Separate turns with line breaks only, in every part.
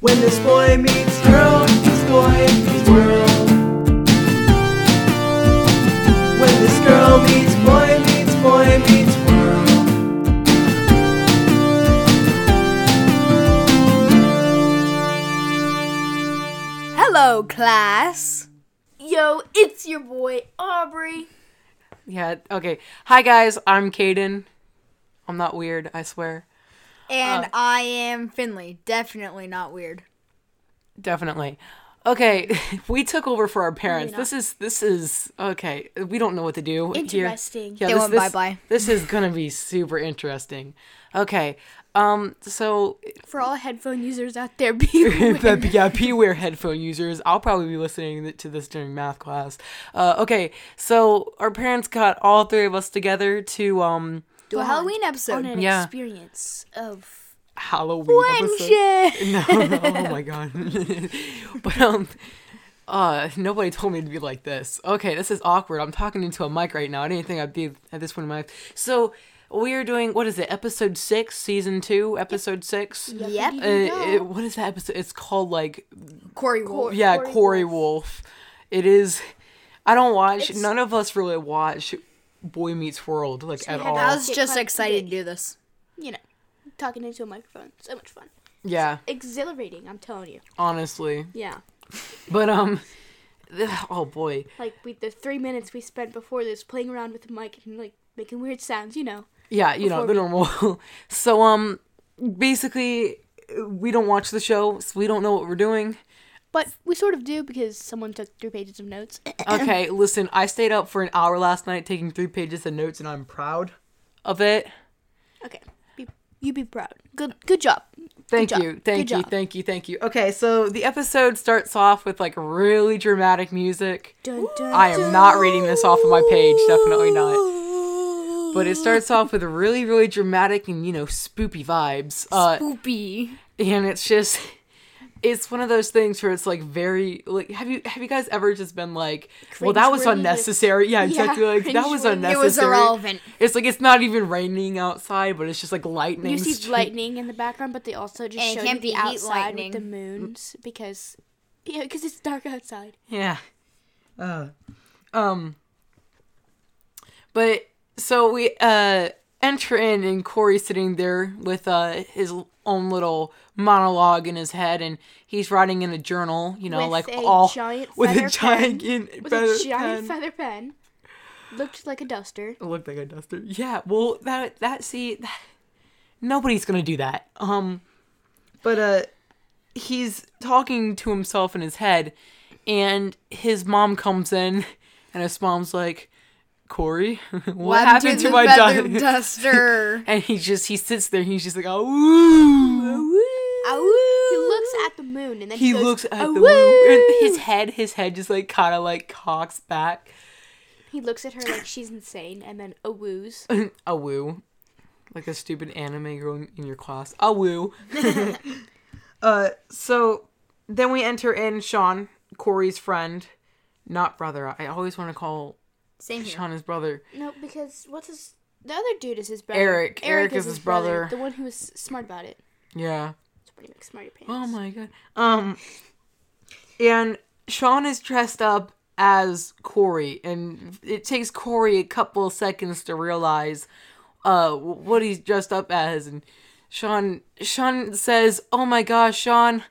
When this boy meets girl, this boy meets world. When this girl meets boy meets boy meets world.
Hello, class.
Yo, it's your boy Aubrey.
Yeah, okay. Hi guys, I'm Caden. I'm not weird, I swear.
And I am Finley. Definitely not weird.
Definitely. Okay, we took over for our parents. This is this is okay. We don't know what to do
Interesting.
Here.
They
this-
went
this-
bye-bye.
This is gonna be super interesting. Okay, um, so
For all headphone users out there, be
But yeah, beware headphone users. I'll probably be listening to this during math class. Uh, okay, so our parents got all three of us together to um
Do a
God.
Halloween
on
episode.
an
Yeah.
experience of
Halloween. episode.
Friendship.
No, oh my god. but um, uh, nobody told me to be like this. Okay, this is awkward. I'm talking into a mic right now. I didn't think I'd be at this point in my life. So we are doing what is it? Episode six, season two, episode six.
Yep.
Uh, it- what is that episode? It's called like
Corey Wolf.
yeah, Corey, Wolf. It is. I don't watch. none of us really watch Boy Meets World like at
had
all.
I was
Get
just
caught up
excited to
today.
do this.
you know, talking into a microphone. So much fun.
yeah,
Exhilarating, I'm telling you.
honestly.
Yeah.
But um, oh boy.
Like we the three minutes we spent before this playing around with the mic and like making weird sounds, you know.
Yeah, you know, the normal. so, um, basically, we don't watch the show, so we don't know what we're doing.
But we sort of do because someone took three pages of notes.
Okay, listen, I stayed up for an hour last night taking three pages of notes, and I'm proud of it.
okay. Be, you be proud. Good good job.
Thank
job.
you, thank
Good
you,
job.
thank you, thank you. Okay, so the episode starts off with like really dramatic music.
Dun, dun,
I am not reading this off of my page, definitely not. But it starts off with really, really dramatic and you know spoopy vibes. Uh,
Spoopy.
and it's just it's one of those things where it's like very like have you have you guys ever just been like well that was
Cringeworthy, like-
unnecessary yeah exactly like that was
cringeworthy.
unnecessary
It was irrelevant.
it's like it's not even raining outside but it's just like lightning
You see
stri-
lightning in the background, but they also just
And it
show
can't
you
be
the
heat
outside
lightning.
with the moons because yeah, because it's dark outside.
yeah uh, um but so we uh enter in and corey's sitting there with uh his own little monologue in his head and he's writing in a journal you know
With
like
a
all
giant
with a
feather
giant
With
feather
a giant
pen.
feather pen, looked like a duster.
It looked like a duster. Yeah. Well, that that see, that, nobody's gonna do that. Um, but uh, he's talking to himself in his head, and his mom comes in, and his mom's like, "Corey, what, happened to,
the
my
feather
duster?"
duster?
and he just he sits there. And he's just like, "Oh."
He looks at the moon and then he,
He
goes,
looks at the
"Oh,
moon, and his head, his head just like kind of like cocks back.
He looks at her like she's insane, and then a woos.
a woo. Like a stupid anime girl in- in your class. A woo. uh, so then we enter in Sean, Corey's friend, not brother. I always want to call
Same here.
Sean his brother.
No, because what's his? The other dude is his brother.
Eric. Eric is his brother.
The one who was smart about it.
Yeah.
Somebody make smarty pants.
Oh my god. Um, and Sean is dressed up as Corey, and it takes Corey a couple of seconds to realize uh wh- what he's dressed up as. And Sean, Sean says, "Oh my gosh, Sean,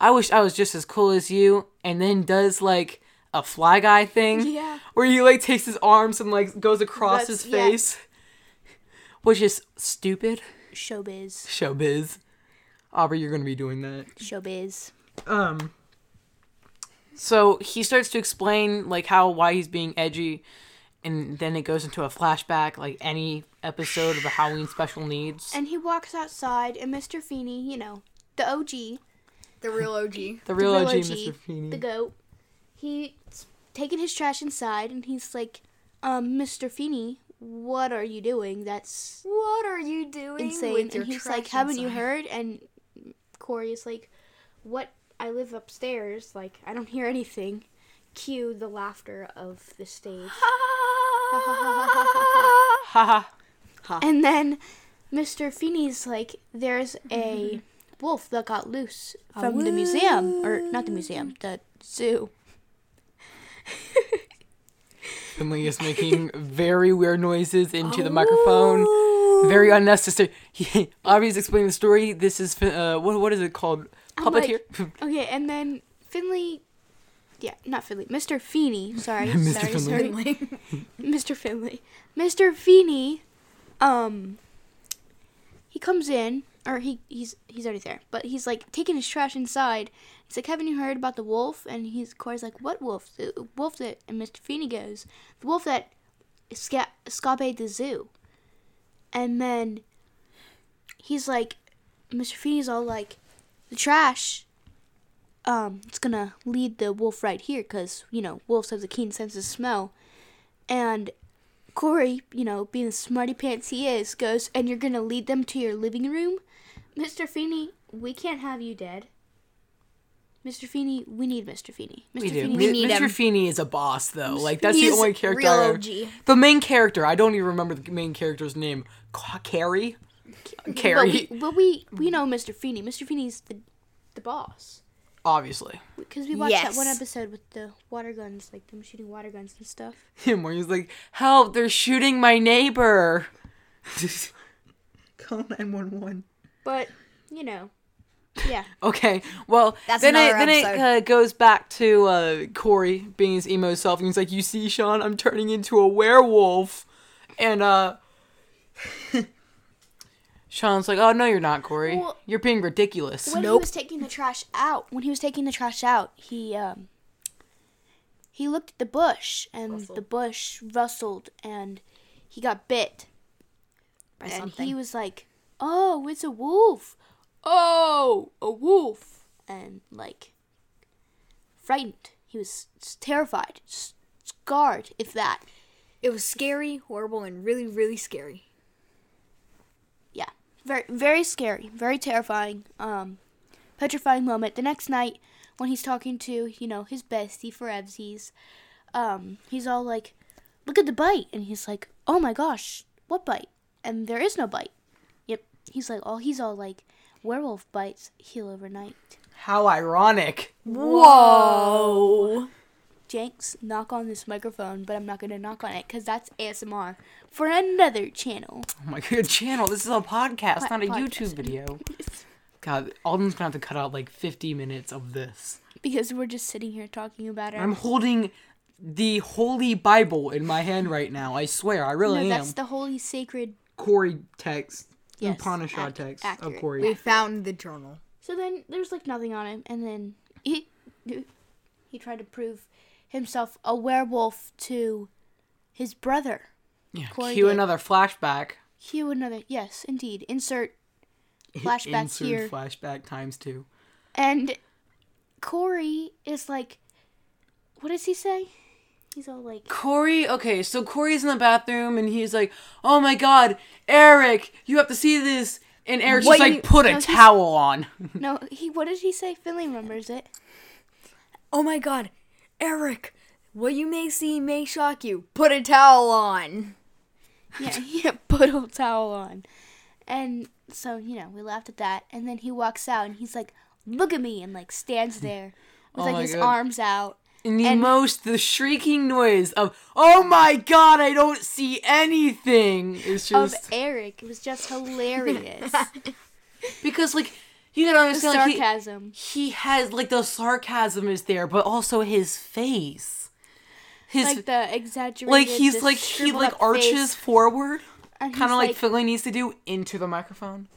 I wish I was just as cool as you," and then does like a fly guy thing,
Yeah.
where he like takes his arms and like goes across
That's-
his
yeah.
face, which is stupid.
Showbiz.
Showbiz. Aubrey, you're gonna be doing that.
Showbiz.
Um. So he starts to explain like how why he's being edgy, and then it goes into a flashback like any episode of the Halloween Special Needs.
And he walks outside, and Mr. Feeney, you know, the OG,
The real OG.
the real OG,
Gorilla G,
Mr. Feeney.
the goat. He's taking his trash inside, and he's like, um, "Mr. Feeney, what are you doing? That's
What are you doing
insane." And he's like, "Haven't you heard?" And Corey is like, "What? I live upstairs. Like, I don't hear anything." Cue the laughter of the stage.
Haha.
And then Mr. Feeney's like, "There's a wolf that got loose from the museum, or not the museum, the zoo.
Finley is making very weird noises into the microphone. Very unnecessary. Avi's explaining the story. This is fin- uh, what what is it called?
I'm like-
Puppeteer.
Okay, and then Finley, yeah, not Finley, Mr. Feeney. Sorry,
Mr.
sorry,
Finley.
sorry,
Finley.
Mr. Finley. Mr. Feeney, um, he comes in, or he he's he's already there, but he's like taking his trash inside. He's like, "Haven't you heard about the wolf?" And he's Corey's like, "What wolf? The wolf that?" And Mr. Feeney goes, "The wolf that esca- escaped the zoo." And then he's like, Mr. Feeney's all like, "The trash." Um, it's gonna lead the wolf right here, cause you know wolves have a keen sense of smell. And Corey, you know, being the smarty pants he is, goes, and you're gonna lead them to your living room? Mr. Feeney, we can't have you dead. Mr. Feeney, we need Mr. Feeney. Mr.
We do.
Feeney,
Mi-
need
Mr.
him.
Feeney is a boss, though. Like that's the
He's
only character.
real
I-
OG.
The main character. I don't even remember the main character's name. Ca- Carrie. Carrie,
But we, but we, we know Mr. Feeney. Mr. Feeney's the, the boss.
obviously.
Because we watched that one
Yes.
episode with the water guns, like them shooting water guns and stuff.
Him where he's like, "Help! They're shooting my neighbor." Call nine one one.
But, you know, yeah.
Okay. Well,
That's
then it
another
then it
episode.
uh, goes back to uh, Corey being his emo self, and he's like, "You see, Sean, I'm turning into a werewolf," and uh, Sean's like, "Oh no, you're not, Corey.
Well-
you're being ridiculous."
when he
Nope.
was taking the trash out when he was taking the trash out he um he looked at the bush and the bush rustled and he got bit
By
and
something.
he was like oh it's a wolf oh a wolf and like frightened he was s- terrified s- scarred if that
It was scary, horrible, and really, really scary.
yeah very very scary very terrifying um petrifying moment the next night when he's talking to you know his bestie for evsies um he's all like look at the bite and he's like oh my gosh what bite and there is no bite yep he's like oh he's all like werewolf bites heal overnight
How ironic.
Whoa.
jenks knock on this microphone but i'm not gonna knock on it because that's asmr for another channel
Oh my good channel. This is a podcast,
What
not a
podcast?
YouTube video. God, Alden's gonna have to cut out like 50 minutes of this.
because we're just sitting here talking about it
I'm holding the Holy Bible in my hand right now. I swear, I really
no,
am.
that's the holy sacred
Corey text,
Yes,
Upanishad
ac-
text
accurate.
of Corey.
We found the journal.
So then there's like nothing on him, and then he he tried to prove himself a werewolf to his brother.
yeah,
Corey
cue
did.
another flashback.
Cue another yes, indeed. Insert flashback
Insert
here,
flashback times two.
and Corey is like, what does he say? He's all like,
Corey, okay, so Corey's in the bathroom and he's like, "Oh my God, Eric, you have to see this." And Eric's
What
just like,
you-
"Put
no,
a
he's-
towel on."
no, he what did he say? Finley remembers it.
Oh my god, Eric, what you may see may shock you. Put a towel on.
Yeah, he had a put a towel on. And so, you know, we laughed at that. And then he walks out and he's like, look at me, and like stands there with
Oh
like
my
his
God.
arms out.
And the
And-
most, the shrieking noise of, "Oh my God, I don't see anything." It's
Of
just
Eric. It was just hilarious.
because, like, you gotta
The
understand, like, he-
sarcasm.
he has like the sarcasm is there, but also his face, his
like
like,
the exaggerated.
he's
just
like he
shriveled
like
up
arches
face,
forward,
and
kind of
he's
like, Philly needs to do into the microphone.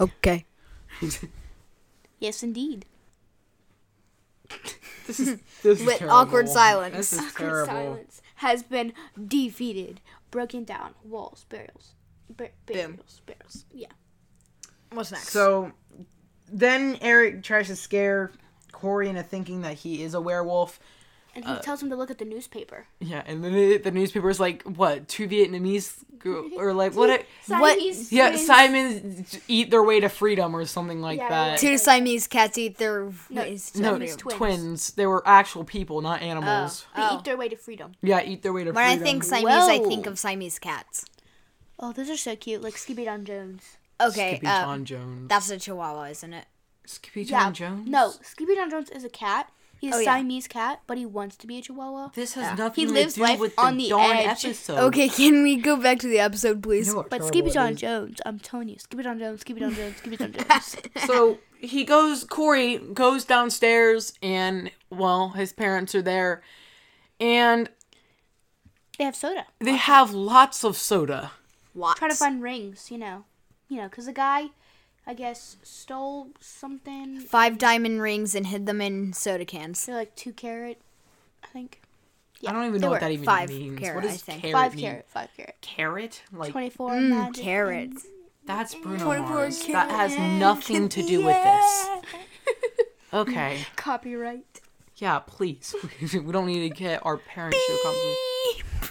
Okay.
yes, indeed.
This is this is
With awkward silence.
This is
Awkward
terrible.
silence has been defeated, broken down, walls, barrels, bar- barrels, barrels. Yeah.
What's next?
So then Eric tries to scare Corey into thinking that he is a werewolf.
And he tells him to look at the newspaper.
Yeah, and then the, the newspaper is like, what two Vietnamese go- or like what? It,
What-
Siamese
yeah,
twins.
Simons eat their way to freedom or something like
Yeah,
that.
yeah.
Two Siamese cats eat their.
No,
ways.
No,
Siamese twins.
twins. They were actual people, not animals.
They
Oh.
eat their way to freedom.
Yeah, eat their way to
When I
freedom.
think Siamese, I think
Whoa.
of Siamese cats.
Oh, those are so cute, like Skippy Don Jones.
Okay,
Skippy
uh,
John Jones.
that's a chihuahua, isn't it?
Skippy
um, Yeah.
John Jones?
No, Skippy John Jones is a cat. He's
Oh,
a
yeah.
Siamese cat, but he wants to be a Chihuahua.
This has
Yeah.
nothing
He
to
lives
do
life
with the,
on the
Dawn
edge.
episode.
Okay, can we go back to the episode, please?
But Skippy John Jones, I'm telling you, Skippy John Jones, Skippy John Jones, Skippy John Jones.
so he goes corey goes downstairs and well his parents are there and
they have soda.
they have lots of soda
Lots.
Try to find rings, you know, you know, because the guy, I guess, stole something.
five diamond rings and hid them in soda cans.
They're like two carat, I think.
i don't even
they
know
were
what that even
five
means
carat,
what does
I think.
carrot
Five
mean?
carat, five carat,
carrot like
twenty four.
Mm, carrots.
that's bruno
24
mars that has nothing to do with this okay
Copyright.
yeah please we don't need to get our parents to come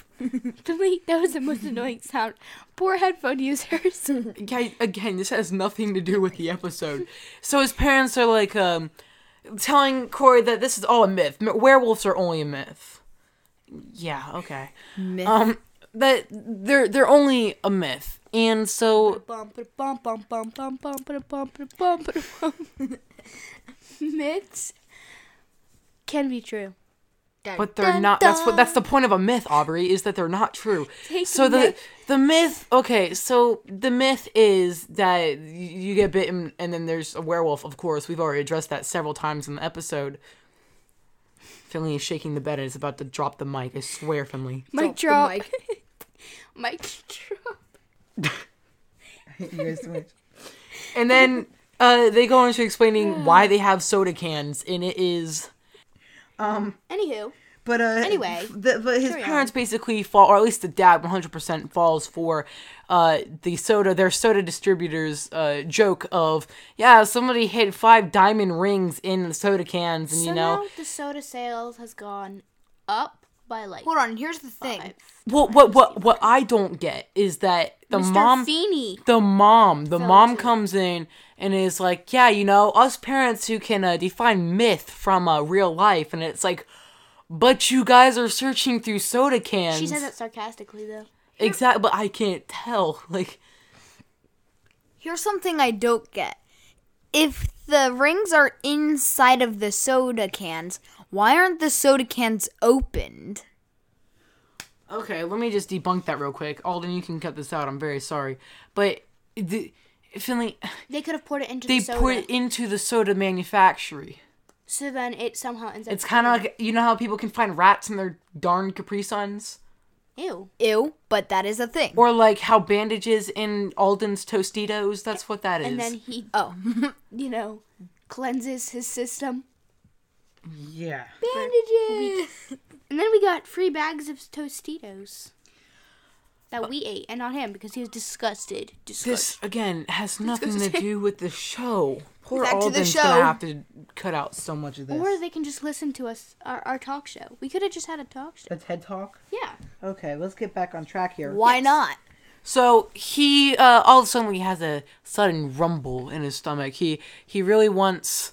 Delete. That was the most annoying sound. Poor headphone users.
Guys, again, this has nothing to do with the episode. So his parents are like um, telling Corey that this is all a myth. M- Werewolves are only a myth. Yeah. Okay.
Myth.
Um, that they're they're only a myth, and so
Bum, ba-da, bum, bum, bum, bum, bum, ba-da, bum, ba-da, bum, ba-da, bum. Myths can be true.
but they're not. That's what that's the point of a myth, Aubrey, is that they're not true.
Take
so the
myth.
the myth. Okay, so the myth is that y- you get bitten, and then there's a werewolf. Of course, we've already addressed that several times in the episode. Finley is shaking the bed and is about to drop the mic. I swear, Finley.
Mic drop.
Drop the
Mic. drop.
And then uh, they go into explaining why they have soda cans, and it is.
Anywho,
But uh,
Anyway,
the, but his
carry on.
parents basically fall, or at least the dad, one hundred percent falls for uh, the soda. Their soda distributors uh, joke of, yeah, somebody hid five diamond rings in the soda cans, and
so
you know,
now the soda sales has gone up by like
Hold on, here's the thing.
five.
well, what what what I don't get is that the
Mr.
mom.
Feeney.
the mom, the
Fell
mom
into-
comes in and is like, "Yeah, you know, us parents who can uh, define myth from uh, real life," and it's like, "But you guys are searching through soda cans."
She says that sarcastically though.
Exactly, but I can't tell. Like,
Here's something I don't get. If the rings are inside of the soda cans, why aren't the soda cans opened?
okay, let me just debunk that real quick. Alden, you can cut this out. I'm very sorry, but the, Finley,
They could have poured it into
they
the soda,
pour it into the soda manufacturer.
so then it somehow ends up.
It's kind of like you know how people can find rats in their darn Capri Suns.
ew.
Ew, but that is a thing.
Or like how bandages in Alden's Tostitos. That's what that is.
And then he,
oh,
you know, cleanses his system.
yeah.
bandages.
And then we got free bags of Tostitos that we ate, and not him because he was disgusted. Disgusted.
This again has nothing to do with the show. Poor
Back to the
Alden's
show.
gonna have to cut out so much of this.
Or they can just listen to us our, our talk show. We could have just had a talk show.
a TED talk.
Yeah.
Okay, let's get back on track here.
Why not?
So he uh, all of a sudden he has a sudden rumble in his stomach. He he really wants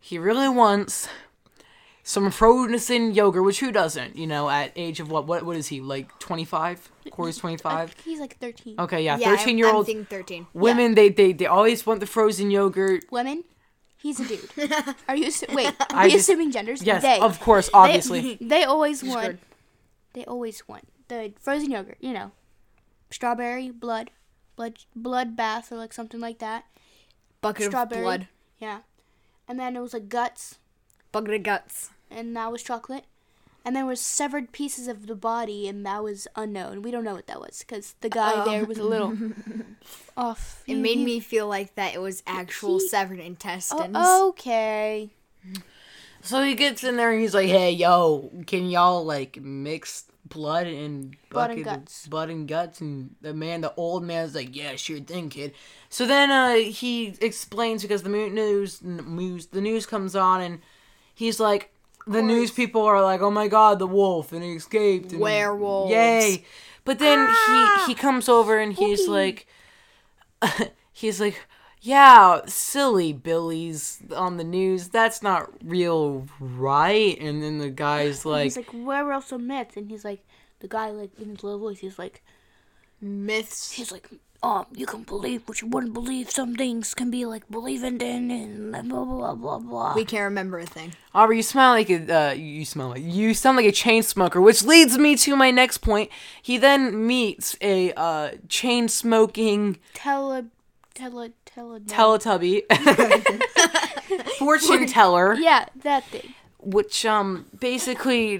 he really wants some frozen yogurt, which who doesn't? You know, at age of what what what is he like twenty five? Corey's twenty
I
five.
think he's like 13.
Okay, yeah,
Yeah, I'm-
thirteen year
I'm
old
thinking 13.
women they, they they always want the frozen yogurt.
Women, he's a dude. Are you assu- wait? Are
I
you
just-
assuming genders?
Yes,
they.
of course, obviously.
They always want.
screwed.
They always want the frozen yogurt. You know, strawberry blood, blood blood bath or like something like that.
Bucket
strawberry.
of blood.
Yeah, and then it was like guts,
Bucket of guts.
and that was chocolate, and there was severed pieces of the body, and that was unknown. We don't know what that was because the guy there was a little Oh. off. Mm.
It made me feel like that it was actual severed intestines.
Oh, okay.
So he gets in there and he's like, "Hey, yo, can y'all like mix blood and
Blood and
bucket of-
guts.
blood and guts?" And the man, the old man's like, "Yeah, sure thing, kid." So then uh, he explains because the mo- news, n- news, the news comes on and he's like, "The news people are like, oh my god, the wolf and he escaped, and
Werewolves.
yay!" But then he he
Ah!
comes over and he's like, he's like. Yeah, silly Billy's on the news. That's not real, right? And then the guy's like,
He's like, where else are myths? And he's like, the guy like in his low voice, he's like,
Myths.
he's like, um, you can believe what you wouldn't believe. Some things can be like believing in and blah blah blah blah.
We can't remember a thing.
Aubrey, you smell like a uh, you smell like you sound like a chain smoker, which leads me to my next point. He then meets a uh, chain smoking
Tele, tele, tele.
Teletubby fortune teller,
yeah, that thing.
which um basically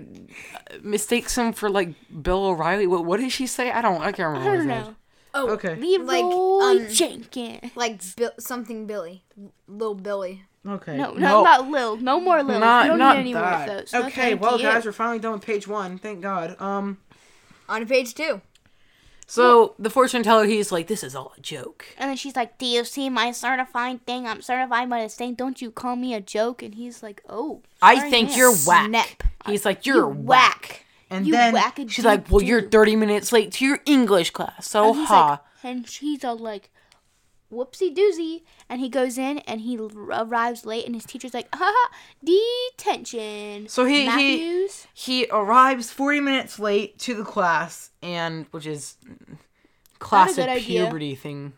uh, mistakes him for like Bill O'Reilly. What what did she say? I don't I can't remember.
I
his
don't
name.
know.
Oh,
Okay.
Leroy
Like, um,
Jenkins.
like Bill, something Billy, little Billy.
Okay.
No, no, not Lil. No more Lil.
Not-
you don't
not
need any
that.
more of those. No,
Okay,
thank
well,
you.
guys, we're finally done with page one. Thank God. Um,
On page two,
So the fortune teller, he's like, "This is all a joke."
And then she's like, "Do you see my certified thing? I'm certified by this thing. Don't you call me a joke?" And he's like, "Oh,
I
sorry,
think
ma'am."
you're whack.
Snap.
He's like, "You're whack."
and
You
then
whack a
She's like, "Well, you're 30 minutes late to your English class." So
And he's
ha.
like, and she's all like, whoopsie doozy. And he goes in and he l- arrives late, and his teacher's like, haha, detention.
So he- he-
Matthews.
he arrives 40 minutes late to the class and which is classic
good idea.
puberty thing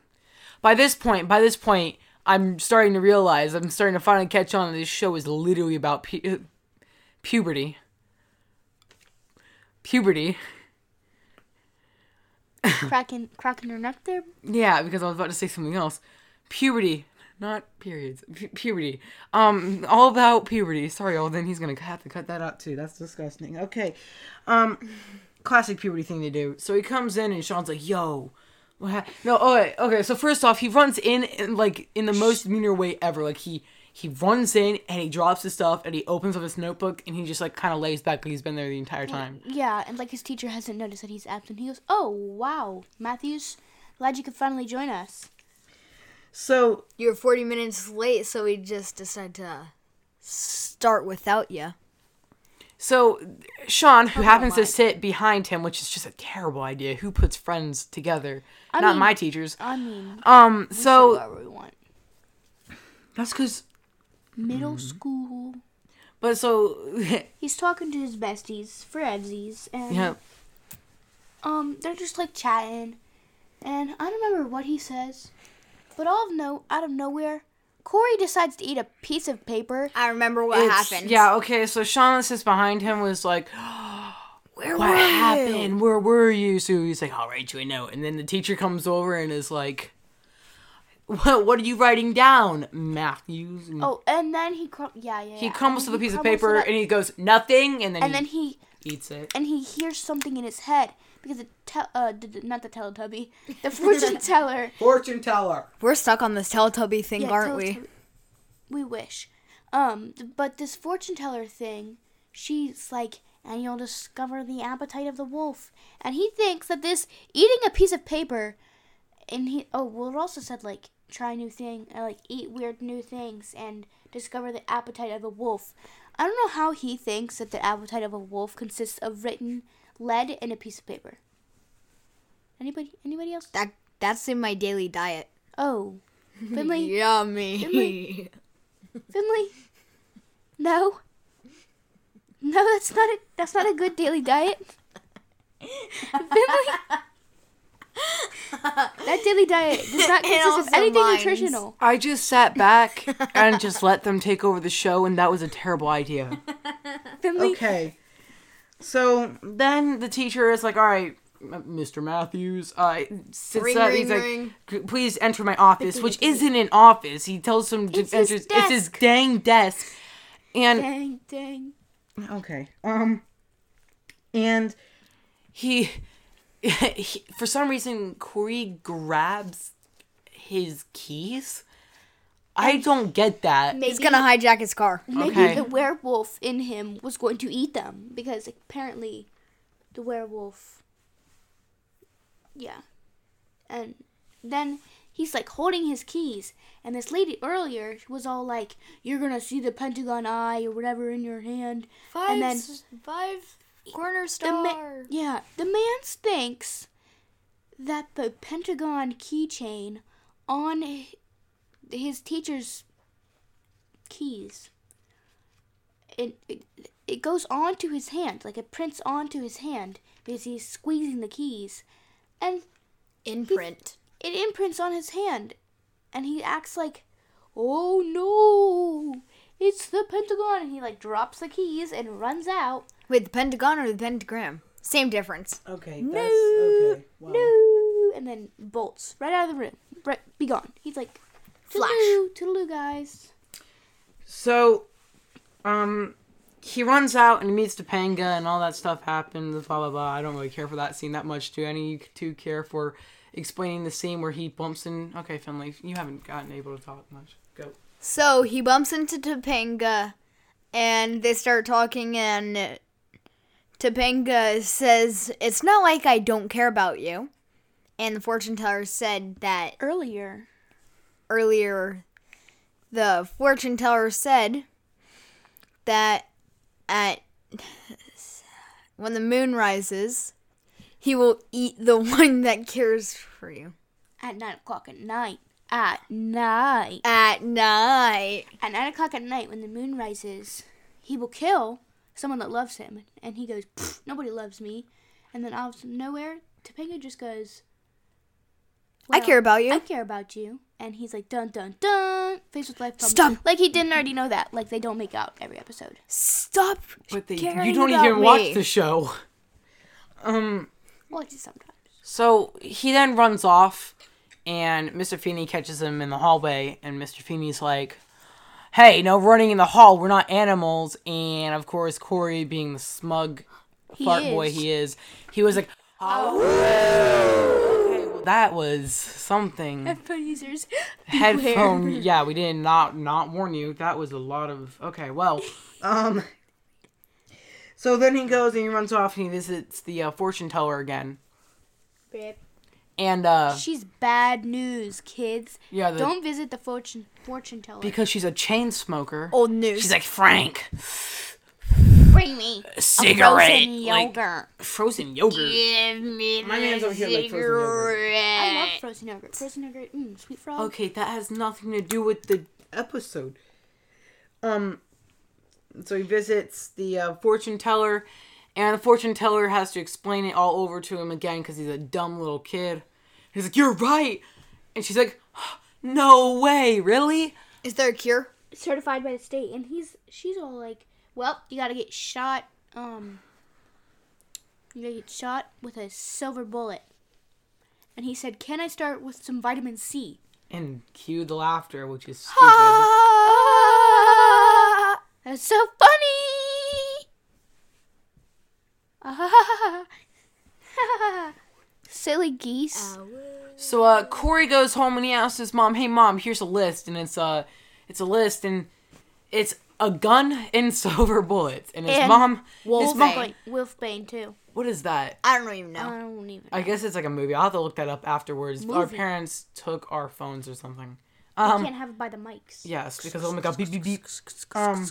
by this point by this point i'm starting to realize i'm starting to finally catch on that this show is literally about pu- puberty puberty
cracking, cracking her neck there.
yeah because i was about to say something else puberty not periods Pu- puberty um all about puberty sorry oh then he's gonna have to cut that
that up too. That's disgusting. Okay, um, classic puberty thing to do.
So he comes in and Sean's like, "Yo, what hap no, okay, okay." So first off, he runs in and like in the most meaner way ever. Like he he runs in and he drops his stuff and he opens up his notebook and he just like kind of lays back like he's been there the entire time.
Yeah, and like his teacher hasn't noticed that he's absent. He goes, oh, wow, Matthews, glad you could finally join us.
So
you were forty minutes late, so we just decided to start without you.
So Sean, who happens to sit behind him, which is just a terrible idea. Who puts friends together? Not
mean-
my teachers.
I mean,
Um,
so
so
what we want.
that's because.
Middle
Mm-hmm.
school.
But so
He's talking to his besties, friendsies, and
yeah,
Um, they're just like chatting, and I don't remember what he says, but all of no out of nowhere, Corey decides to eat a piece of paper.
I remember what
it's-
happened.
yeah, okay. So Sean that sits behind him was like,
Where
what
were you?
happened? Where were you? So he's like, I'll write you a note. And then the teacher comes over and is like, What, what are you writing down, Matthews? And
Oh, and then he crum- yeah yeah.
Mm. he
yeah.
crumbles to
And
the piece of
crumbles
paper
it up,
and he goes, Nothing. And then
and
he
then he
eats it.
and he hears something in his head because the tel- uh d- d- not the Teletubby, the fortune teller.
fortune teller.
We're stuck on this Teletubby thing,
Yeah,
aren't we?
Teletubby- We wish. Um, th- but this fortune teller thing, she's like, and you'll discover the appetite of the wolf. And he thinks that this eating a piece of paper, and he, oh, well, it also said, like, try new thing, or, like, eat weird new things and discover the appetite of the wolf. I don't know how he thinks that the appetite of a wolf consists of written lead and a piece of paper. Anybody, anybody else?
That that's in my daily diet.
Oh, Finley,
Yummy.
Finley. No. No, that's not a that's not a good daily diet. Finley. That daily diet does not consist of
also
anything
mine's.
nutritional.
I just sat back and just let them take over the show, and that was a terrible idea.
Finley.
Okay, so
then the teacher is like, All right. Mr. Matthews, uh, sits
Ring,
up.
ring,
he's like,
ring.
"C- "Please enter my office," which isn't an office. He tells him to
It's his
enter. It's his
desk.
dang desk, and
Dang, dang.
okay, um, and
he, he for some reason Corey grabs his keys. I don't get that.
Maybe,
He's gonna hijack his car.
maybe
Okay.
the werewolf in him was going to eat them because apparently the werewolf Yeah. And then he's like holding his keys. And this lady earlier was all like, You're gonna see the Pentagon eye or whatever in your hand. and then
five corner
the ma- yeah, the man thinks that the Pentagon keychain on h- his teacher's keys. It, it it goes onto his hand, like it prints onto his hand because he's squeezing the keys, and
Imprint.
it imprints on his hand, and he acts like, "Oh no, it's the Pentagon!" And he like drops the keys and runs out.
Wait, the Pentagon or the pentagram? Same difference.
Okay, that's okay. Wow.
No, and then bolts right out of the room. Right, be gone. He's like,
Flash.
"Toodaloo, toodaloo, guys."
So, um, he runs out and meets Topanga, and all that stuff happens. Blah blah blah. I don't really care for that scene that much. Do any of you two care for explaining the scene where he bumps in? Okay, Finley, you haven't gotten able to talk much. Go.
So he bumps into Topanga, and they start talking, and Topanga says, "It's not like I don't care about you." And the fortune teller said that
Earlier,
earlier the fortune teller said that at when the moon rises he will eat the one that cares for you
at nine o'clock at night. At night.
at night
At nine o'clock at night, when the moon rises, he will kill someone that loves him, and he goes, "Pfft, "Nobody loves me," and then out of nowhere, Topanga just goes,
I care about you."
I care about you," and he's like, "Dun dun dun," faced with life problems.
Stop.
Like he didn't already know that. Like they don't make out every episode.
stop
But they,
caring
you don't
about
even watch
me.
the show. Um.
Well, like sometimes.
So he then runs off, and Mr. Feeney catches him in the hallway, and Mr. Feeney's like, "Hey, no running in the hall. We're not animals." And of course, Corey, being the smug fart boy
is.
he is, he was like, "Oh." Okay, well, That was something.
Headphone users.
Headphone. um, Yeah, we did not not warn you. That was a lot of. Okay, well. Um. So then he goes and he runs off and he visits the uh, fortune teller again. And uh,
She's bad news, kids.
Yeah, the-
don't visit the fortune fortune teller.
because she's a chain smoker.
Oh.
old news
She's like Frank,
Bring me a
cigarette,
frozen
like
yogurt.
frozen yogurt. My man's over here like frozen yogurt.
I love frozen yogurt. Frozen yogurt, mm, sweet frog.
Okay, that has nothing to do with the episode. Um, so he visits the uh, fortune teller, and the fortune teller has to explain it all over to him again because he's a dumb little kid. He's like, "You're right," and she's like, "No way, really?"
is there a cure
Certified by the state, and he's she's all like, "Well, you gotta get shot. Um, you gotta get shot with a silver bullet." And he said, "Can I start with some vitamin C?"
And cue the laughter, which is stupid.
Ah, That's so funny. Ah, Silly geese.
So uh Corey goes home and he asks his mom, "Hey mom, here's a list and it's uh it's a list and it's a gun and silver bullets." And his
And
mom his mom
Wolfbane. Wolfbane too.
What is that?
i don't even know
I don't even.
I guess it's like a movie. I'll have to look that up afterwards. Our
Movie.
parents took our phones or something.
I
Um
can't have it by the mics.
yes, because it'll make a beep beep beep. Um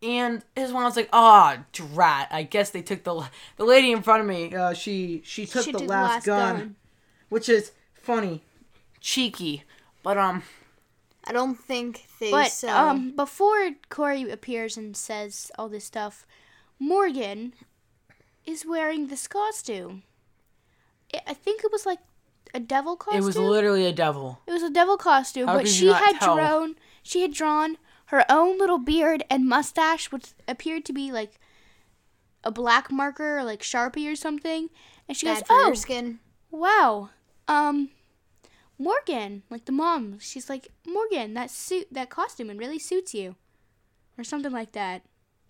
and his mom's like, "Ah, drat! I guess they took the la- the lady in front of me. Uh, she she took
She
the,
took the
last,
last
gun,
gun.
which is funny, cheeky, but um,
i don't think they
But
sell
um, before Corey appears and says all this stuff, Morgan is wearing this costume. I- I think it was like a devil costume.
it was literally a devil."
It was a devil costume,
How
but
could you
she
not
had
tell?
drawn she had drawn her own little beard and mustache, which appeared to be like a black marker, or like Sharpie or something. And she
bad
goes,
for
"Oh,
your skin
wow um morgan like the mom she's like morgan that suit that costume it really suits you or something like that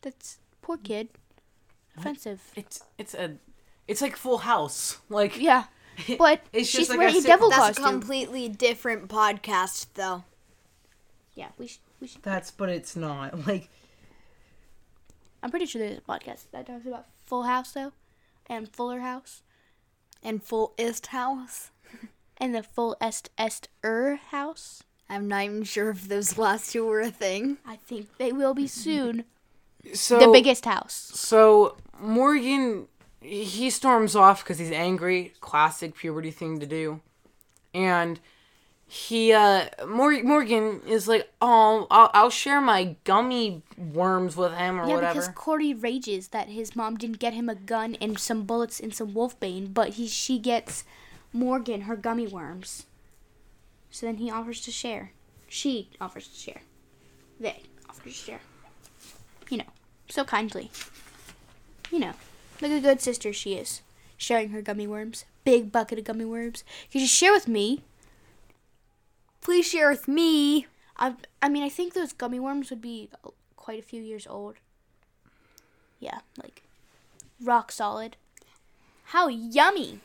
that's poor kid offensive
It's it's a it's like Full House. Like
yeah but
It's
she's
just like I
wearing a
said,
devil
that's
costume
a completely different podcast though
yeah we should, we should
that's but it's not. Like
i'm pretty sure there's a podcast that talks about full house though and fuller house
and full ist house
and the full est est er house
I'm not even sure if those last two were a thing.
i think they will be soon
so
the biggest house
So Morgan he storms off because he's angry. Classic puberty thing to do. And he uh Mor- Morgan is like, oh, I'll, I'll share my gummy worms with him or
Yeah,
whatever.
because Cordy rages that his mom didn't get him a gun and some bullets and some wolfbane, but he she gets Morgan her gummy worms. So then he offers to share. She offers to share. They offer to share. You know, so kindly. You know, like a good sister she is. Sharing her gummy worms. Big bucket of gummy worms. Could you share with me?
Please share with me.
I, I mean, I think those gummy worms would be quite a few years old. Yeah, like rock solid. How yummy!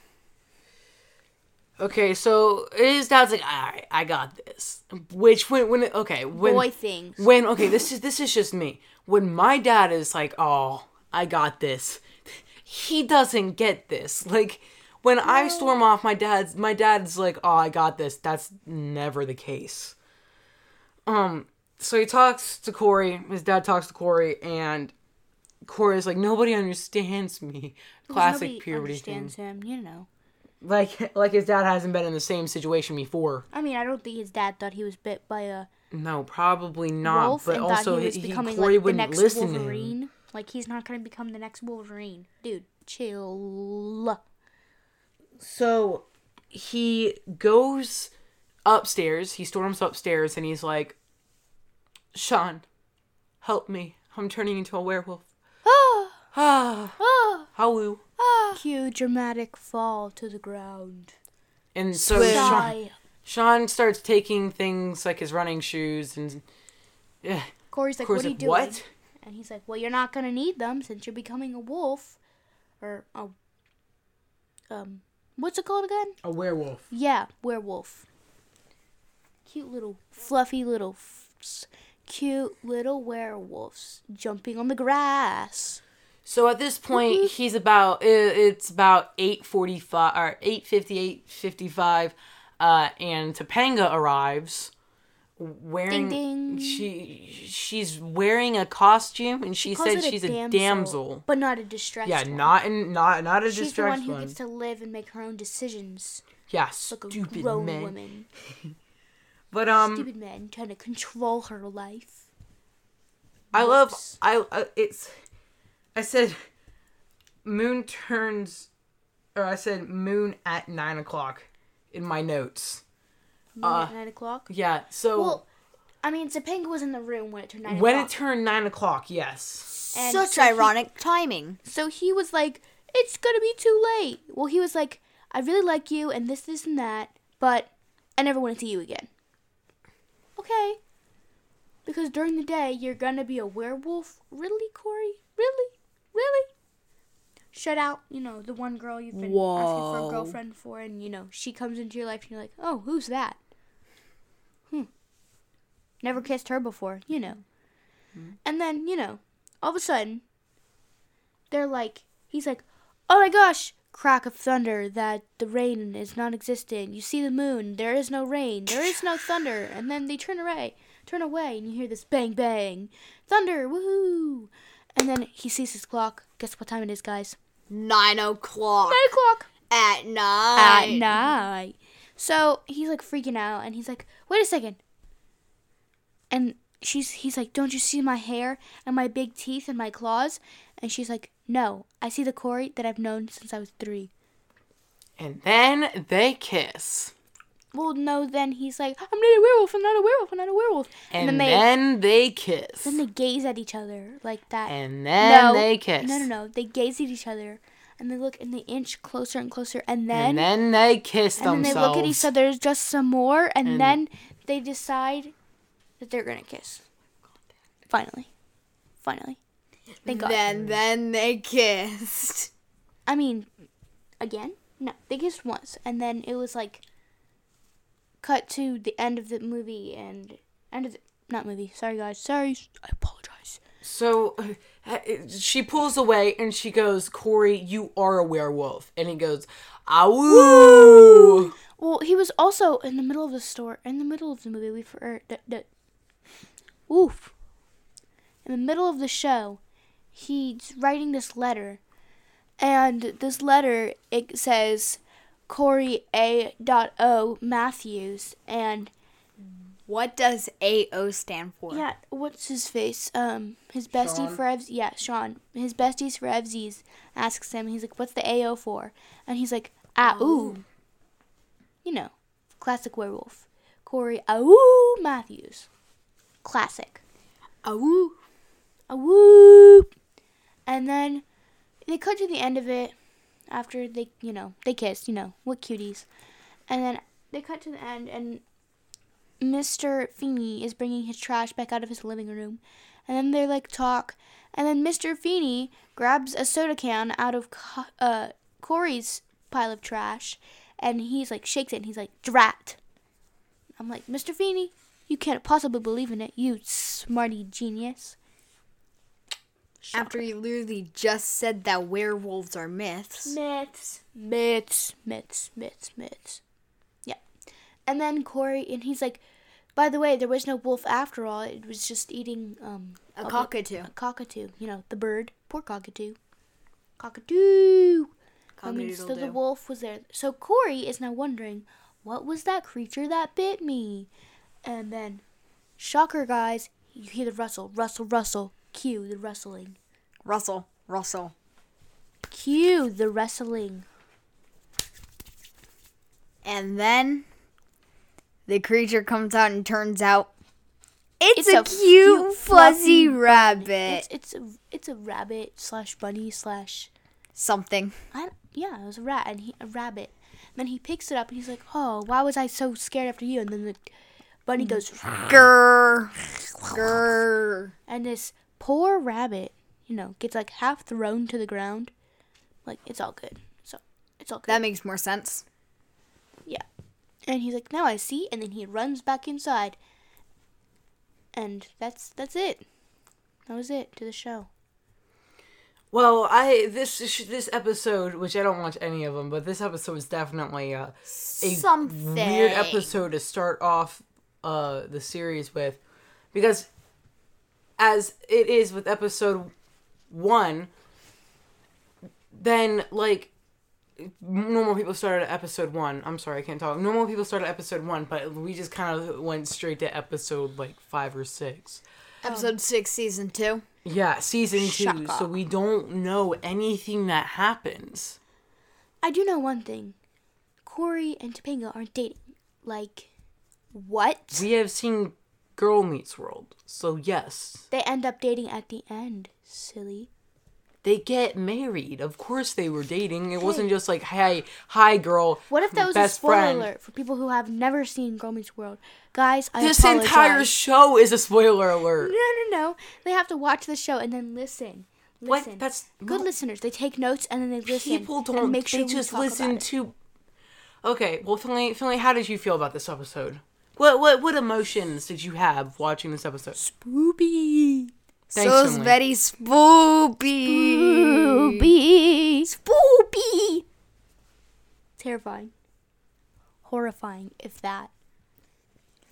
Okay, so his dad's like, all right, I got this. Which when when okay when
Boy things.
when okay this is this is just me. When my dad is like, oh, I got this, he doesn't get this. Like when I storm off, my dad's my dad's like, oh, I got this. That's never the case. Um, so he talks to Corey. His dad talks to Corey, and Corey's like, nobody understands me. Classic
Nobody
puberty thing.
understands him, you know.
Like like his dad hasn't been in the same situation before.
I mean, I don't think his dad thought he was bit by a
No, probably not.
wolf
but
and
also,
thought he was
he, he-
becoming
Corey
like the
wouldn't
next
listen to him.
Wolverine. Like he's not gonna become the next Wolverine, dude. Chill.
So he goes upstairs. He storms upstairs, and he's like, "Sean, help me! I'm turning into a werewolf." Ah, howoo!
Cue dramatic fall to the ground.
And so Sean,
Sigh.
Sean starts taking things like his running shoes, and eh,
Corey's like,
Corey's
"What are you
like,
doing?"
"What?"
And he's like, "Well, you're not gonna need them since you're becoming a wolf, or a um, what's it called again?
a werewolf.
Yeah, werewolf. Cute little, fluffy little, fs- cute little werewolves jumping on the grass.
So at this
Mm-hmm.
point, he's about i- it's about eight forty five or eight fifty eight fifty five, uh, and Topanga arrives wearing
ding.
she she's wearing a costume and she
Calls
said
it
she's a damsel.
but not a distressed
Yeah,
one.
not in not not a
She's the one
distressed
who
one.
gets to live and make her own decisions,
yeah,
like a
stupid
grown
men.
woman.
But um,
Stupid men trying to control her life.
I love
Whoops.
I uh, it's I said moon turns or I said moon at nine o'clock in my notes. Uh,
Moon at nine o'clock.
Yeah, so.
Well, I mean, Topanga was in the room when it turned nine
when
o'clock.
it turned nine o'clock, yes.
And
Such
so he-
ironic timing.
So he was like, "It's gonna be too late." Well, he was like, "I really like you, and this, this, and that, but I never want to see you again." Okay. Because during the day, you're gonna be a werewolf, really, Corey? Really, really? Shut out. You know the one girl you've been asking for a
Whoa.
girlfriend for, and you know she comes into your life, and you're like, "Oh, who's that?" Hmm. Never kissed her before, you know. And then you know, all of a sudden, they're like he's like oh my gosh crack of thunder that the rain is non-existent you see the moon there is no rain there is no thunder and then they turn away turn away and you hear this bang bang thunder woohoo and then he sees his clock guess what time it is guys
Nine o'clock
nine o'clock
at
at
night.
night so he's like freaking out and he's like wait a second and she's he's like don't you see my hair and my big teeth and my claws and she's like no i see the corey that i've known since i was three
And then they kiss.
well, no, then he's like, I'm not a werewolf, I'm not a werewolf, I'm not a werewolf.
And,
then
then,
they
they, kiss.
then they gaze at each other like that.
and then
no,
they kiss.
No, no, no. They gaze at each other and they look and they inch closer and closer and then
And then they kiss
and then
themselves.
they look at each other just some more and, then they decide that they're gonna kiss. Finally. Finally. Thank God.
And then they kissed.
I mean, again? No, they kissed once, and then it was like cut to the end of the movie and end of the not movie. Sorry, guys. Sorry, I apologize.
So uh, she pulls away and she goes, Corey, you are a werewolf. And he goes, Awoo!
Well, he was also in the middle of the store, in the middle of the movie. We for er, d- d- oof, in the middle of the show, he's writing this letter, and this letter it says Corey A. Dot O. Matthews and
What does AO stand for?
Yeah, what's his face? Um, his bestie
Sean?
for Evs. Yeah, Sean. His besties for Evsies asks him. He's like, "What's the AO for?" And he's like, "Ah, ooh." you know, classic werewolf. Corey Awoo Matthews. Classic. Awoo. Awoo. And then they cut to the end of it after they, you know, they kissed, you know, what cuties. And then they cut to the end, and Mr. Feeney is bringing his trash back out of his living room. And then they like talk. And then Mr. Feeney grabs a soda can out of Co- uh, Corey's pile of trash. And he's like, shakes it and he's like, drat. I'm like, Mr. Feeney, you can't possibly believe in it, you smarty genius.
After you literally just said that werewolves are myths.
Myths. Myths. Myths. Myths. Myths. Yeah. And then Corey, and he's like, by the way, there was no wolf after all. It was just eating um,
A
bu-
cockatoo.
A cockatoo. You know, the bird. Poor cockatoo. Cockatoo. I mean, so the
Cock-a-doodle-doo.
wolf was there. So Corey is now wondering, what was that creature that bit me? And then, shocker, guys, you hear the rustle, rustle, rustle. Cue the rustling.
Russell. Russell.
Cue the rustling.
And then the creature comes out and turns out it's, a, cute, fuzzy rabbit.
It's it's a, it's a rabbit slash bunny slash
Something.
I yeah it was a rat and he a rabbit. And then he picks it up and he's like, oh, why was I so scared after you? And then the
Hmm.
bunny goes,
Grr. Grr.
and this poor rabbit, you know, gets like half thrown to the ground. Like it's all good. So it's all good.
That makes more sense.
yeah. And he's like, now I see. And then he runs back inside. And that's that's it. That was it to the show.
Well, I this this episode, which I don't watch any of them, but this episode is definitely uh, a
Something.
weird episode to start off uh, the series with, because as it is with episode one, then like normal people started at episode one. I'm sorry, I can't talk. Normal people started at episode one, but we just kind of went straight to episode like five or six.
Episode 6, Season 2.
Yeah, season two. So we don't know anything that happens.
I do know one thing. Corey and Topanga aren't dating. Like, what?
We have seen Girl Meets World. So yes,
They end up dating at the end. Silly.
they get married. Of course they were dating. It wasn't just like, hey, hi, girl.
What if that was a
best
spoiler
friend.
alert for people who have never seen Girl Meets World? Guys, I
This
apologize.
entire show is a spoiler alert.
no, no, no. They have to watch the show and then listen.
What?
Listen.
That's
Good
no,
listeners. They take notes and then they listen.
People don't.
And make sure
they
we
just
talk
listen
about it.
to. Okay, well, Finley, Finley, how did you feel about this episode? What what what emotions did you have watching this episode?
Spoopy.
Thanks,
So's
Emily.
very spoopy.
Spoopy. Spoopy. Terrifying. Horrifying, if that.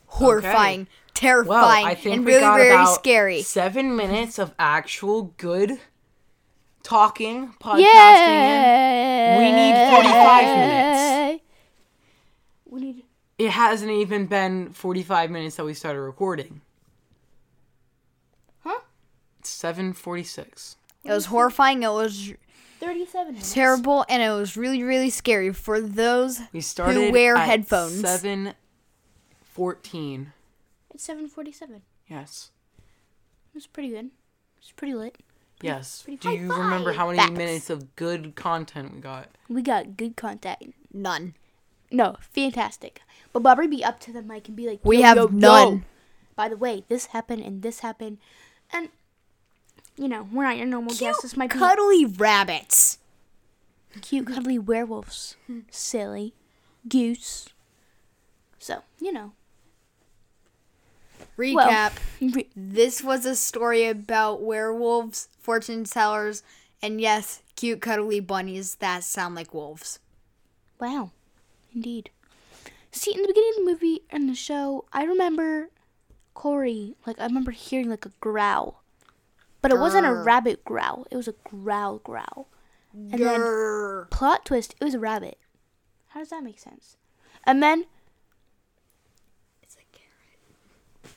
Horrifying,
Well,
terrifying,
I think
and
we
really,
got
very
about
scary.
Seven minutes of actual good talking podcasting.
Yeah.
In. We need forty-five minutes.
We need.
It hasn't even been forty-five minutes that we started recording.
Huh?
Seven forty-six.
It was horrifying, it was
37 minutes.
terrible, and it was really, really scary for those
We started.
wear
at
headphones.
Seven fourteen.
It's 747.
Yes.
It's pretty good. It's pretty lit.
Yes.
pretty
Do you remember
high-five.
how many
Facts.
minutes of good content we got?
We got good contact.
none.
No, fantastic. But Bobby be up to the mic and be like,
We
"Yo,
have
yo, yo.
none."
By the way, this happened and this happened, and you know we're not your normal guests. This might
Cuddly rabbits.
be cute, cuddly werewolves,
Hmm.
silly goose. So you know,
Recap.
well, re-
This was a story about werewolves, fortune tellers, and yes, cute cuddly bunnies that sound like wolves.
Wow, indeed. See, in the beginning of the movie and the show, I remember Corey, like, I remember hearing, like, a growl. But it wasn't a
Grr.
rabbit growl, it was a growl growl. And then,
Grr.
plot twist, it was a rabbit. How does that make sense? And then,
It's a carrot.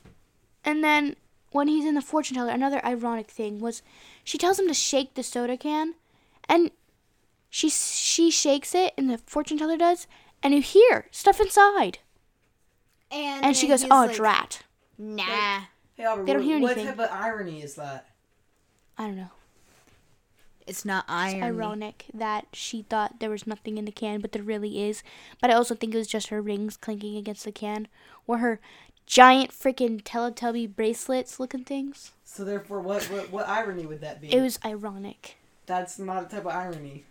and then, when he's in the fortune teller, another ironic thing was she tells him to shake the soda can, and she she shakes it, and the fortune teller does, and you hear stuff inside.
And,
And she
then
goes,
he's
"Oh,
like,
drat."
Nah.
Hey, Albert,
They don't
what,
hear
what
anything.
type of irony is that?
I don't know.
It's not
It's
iron.
ironic that she thought there was nothing in the can, but there really is. But I also think it was just her rings clinking against the can, or her giant freaking Teletubby bracelets looking things.
So therefore, what what, what irony would that be?
It was ironic.
That's not a type of irony.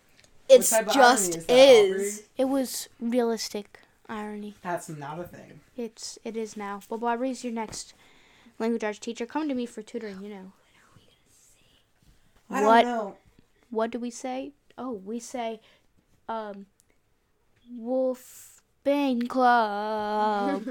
What
It's
type of irony
just
is that,
is.
Aubrey?
It was realistic irony.
That's not a thing.
It's it is now. Well, Bobby's your next language arts teacher. Come to me for tutoring. You know
I
What?
don't know.
what do we say? Oh, we say, um, Wolf Bane Club.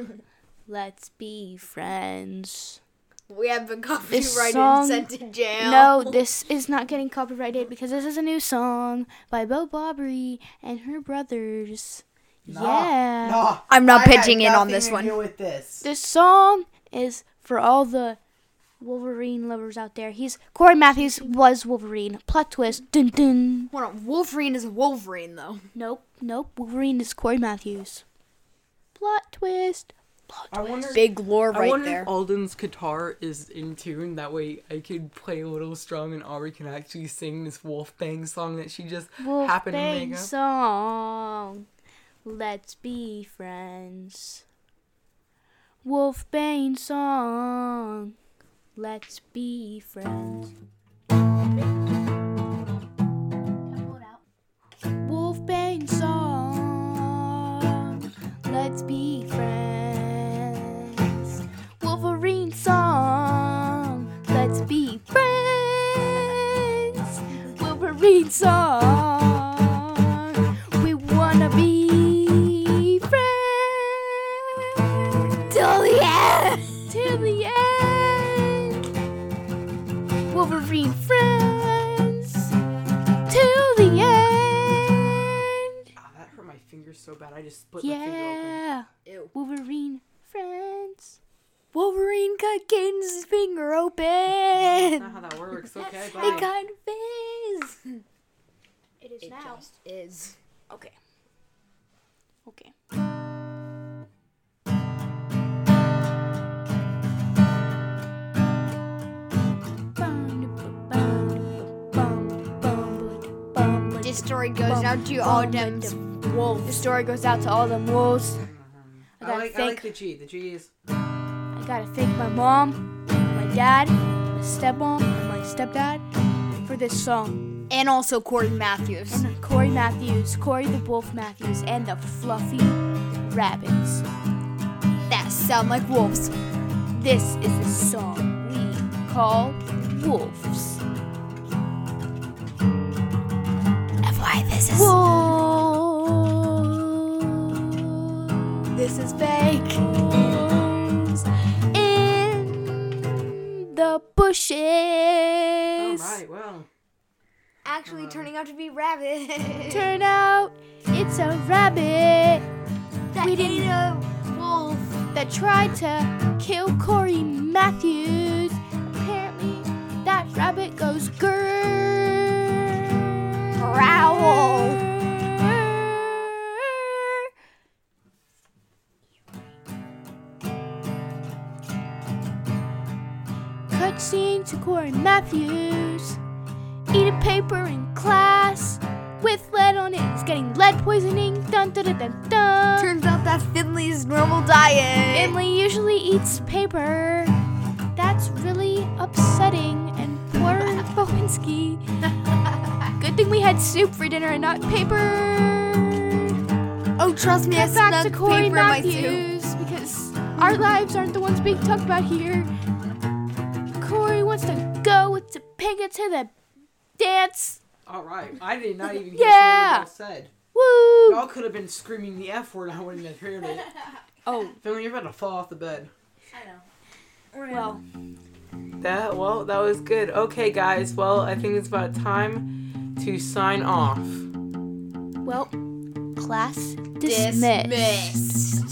Let's be friends.
We have been
This
copyrighted and
song-
sent to jail.
No, this is not getting copyrighted because this is a new song by Bo Bobbery and her brothers. Yeah.
Nah.
I'm not
I had
pitching in on
nothing
this
to
one.
do with this.
This song is for all the Wolverine lovers out there. He's Corey Matthews was Wolverine. Plot twist. Dun dun.
Hold on, Wolverine is Wolverine though.
Nope, nope. Wolverine is Corey Matthews. Plot twist. Plot
I
twist.
wonder.
Big lore
I
right
wonder
there.
if Alden's guitar is in tune. That way, I could play a little strong, and Aubrey can actually sing this Wolf Bang song that she just
Wolf
happened to
Bang
make up.
song. Let's be friends. Wolf Bane song. Let's be friends. Wolf Bane song. Let's be friends. Wolverine song. Let's be friends. Wolverine song. We wanna be friends. Till the end. Till the end. Wolverine friends. Till the end.
Ah, that hurt my finger so bad. I just split my finger open.
Yeah.
Ew.
Wolverine friends.
Wolverine cut Caden's finger
Not
open.
how that works. Okay,
It
bye.
got fizz.
It is
is.
Okay. Okay.
This story goes out to all them
wolves. The story goes out to all them wolves. I
I
gotta
like, I
thank
like the G. The G is.
I gotta thank my mom, my dad, my stepmom, and my stepdad for this song.
and also Corey Matthews.
And Corey Matthews, Corey the Wolf Matthews, and the Fluffy Rabbits.
That sound like wolves.
This is the song we call Wolves.
FYI, this is
Wolves
this is fake.
in the
All
bushes.
right, well.
Actually, turning out to be rabbit.
Turn out it's a rabbit
that
we didn't-
ate a wolf.
that tried to kill Corey Matthews. Apparently, that rabbit goes grrr.
Growl.
Cutscene to Corey Matthews. Eating paper in class with lead on it. It's getting lead poisoning. Dun dun dun dun dun.
Turns out that's Finley's normal diet.
Emily usually eats paper. That's really upsetting. And poor Bowinski. Good thing we had soup for dinner and not paper.
oh, trust me, I
Cut back
snuck
to Corey
paper in my soup.
Matthews because our lives aren't the ones being talked about here. Corey wants to go with Topanga to the dance.
All right. I did not even hear what
Yeah.
y'all said.
Woo!
Y'all could have been screaming the F word. I wouldn't have heard it.
Oh,
Finley, you're about to fall off the bed.
well,
That well, that was good. Okay, guys. Well, I think it's about time to sign off.
well, class dismissed.
Dismissed.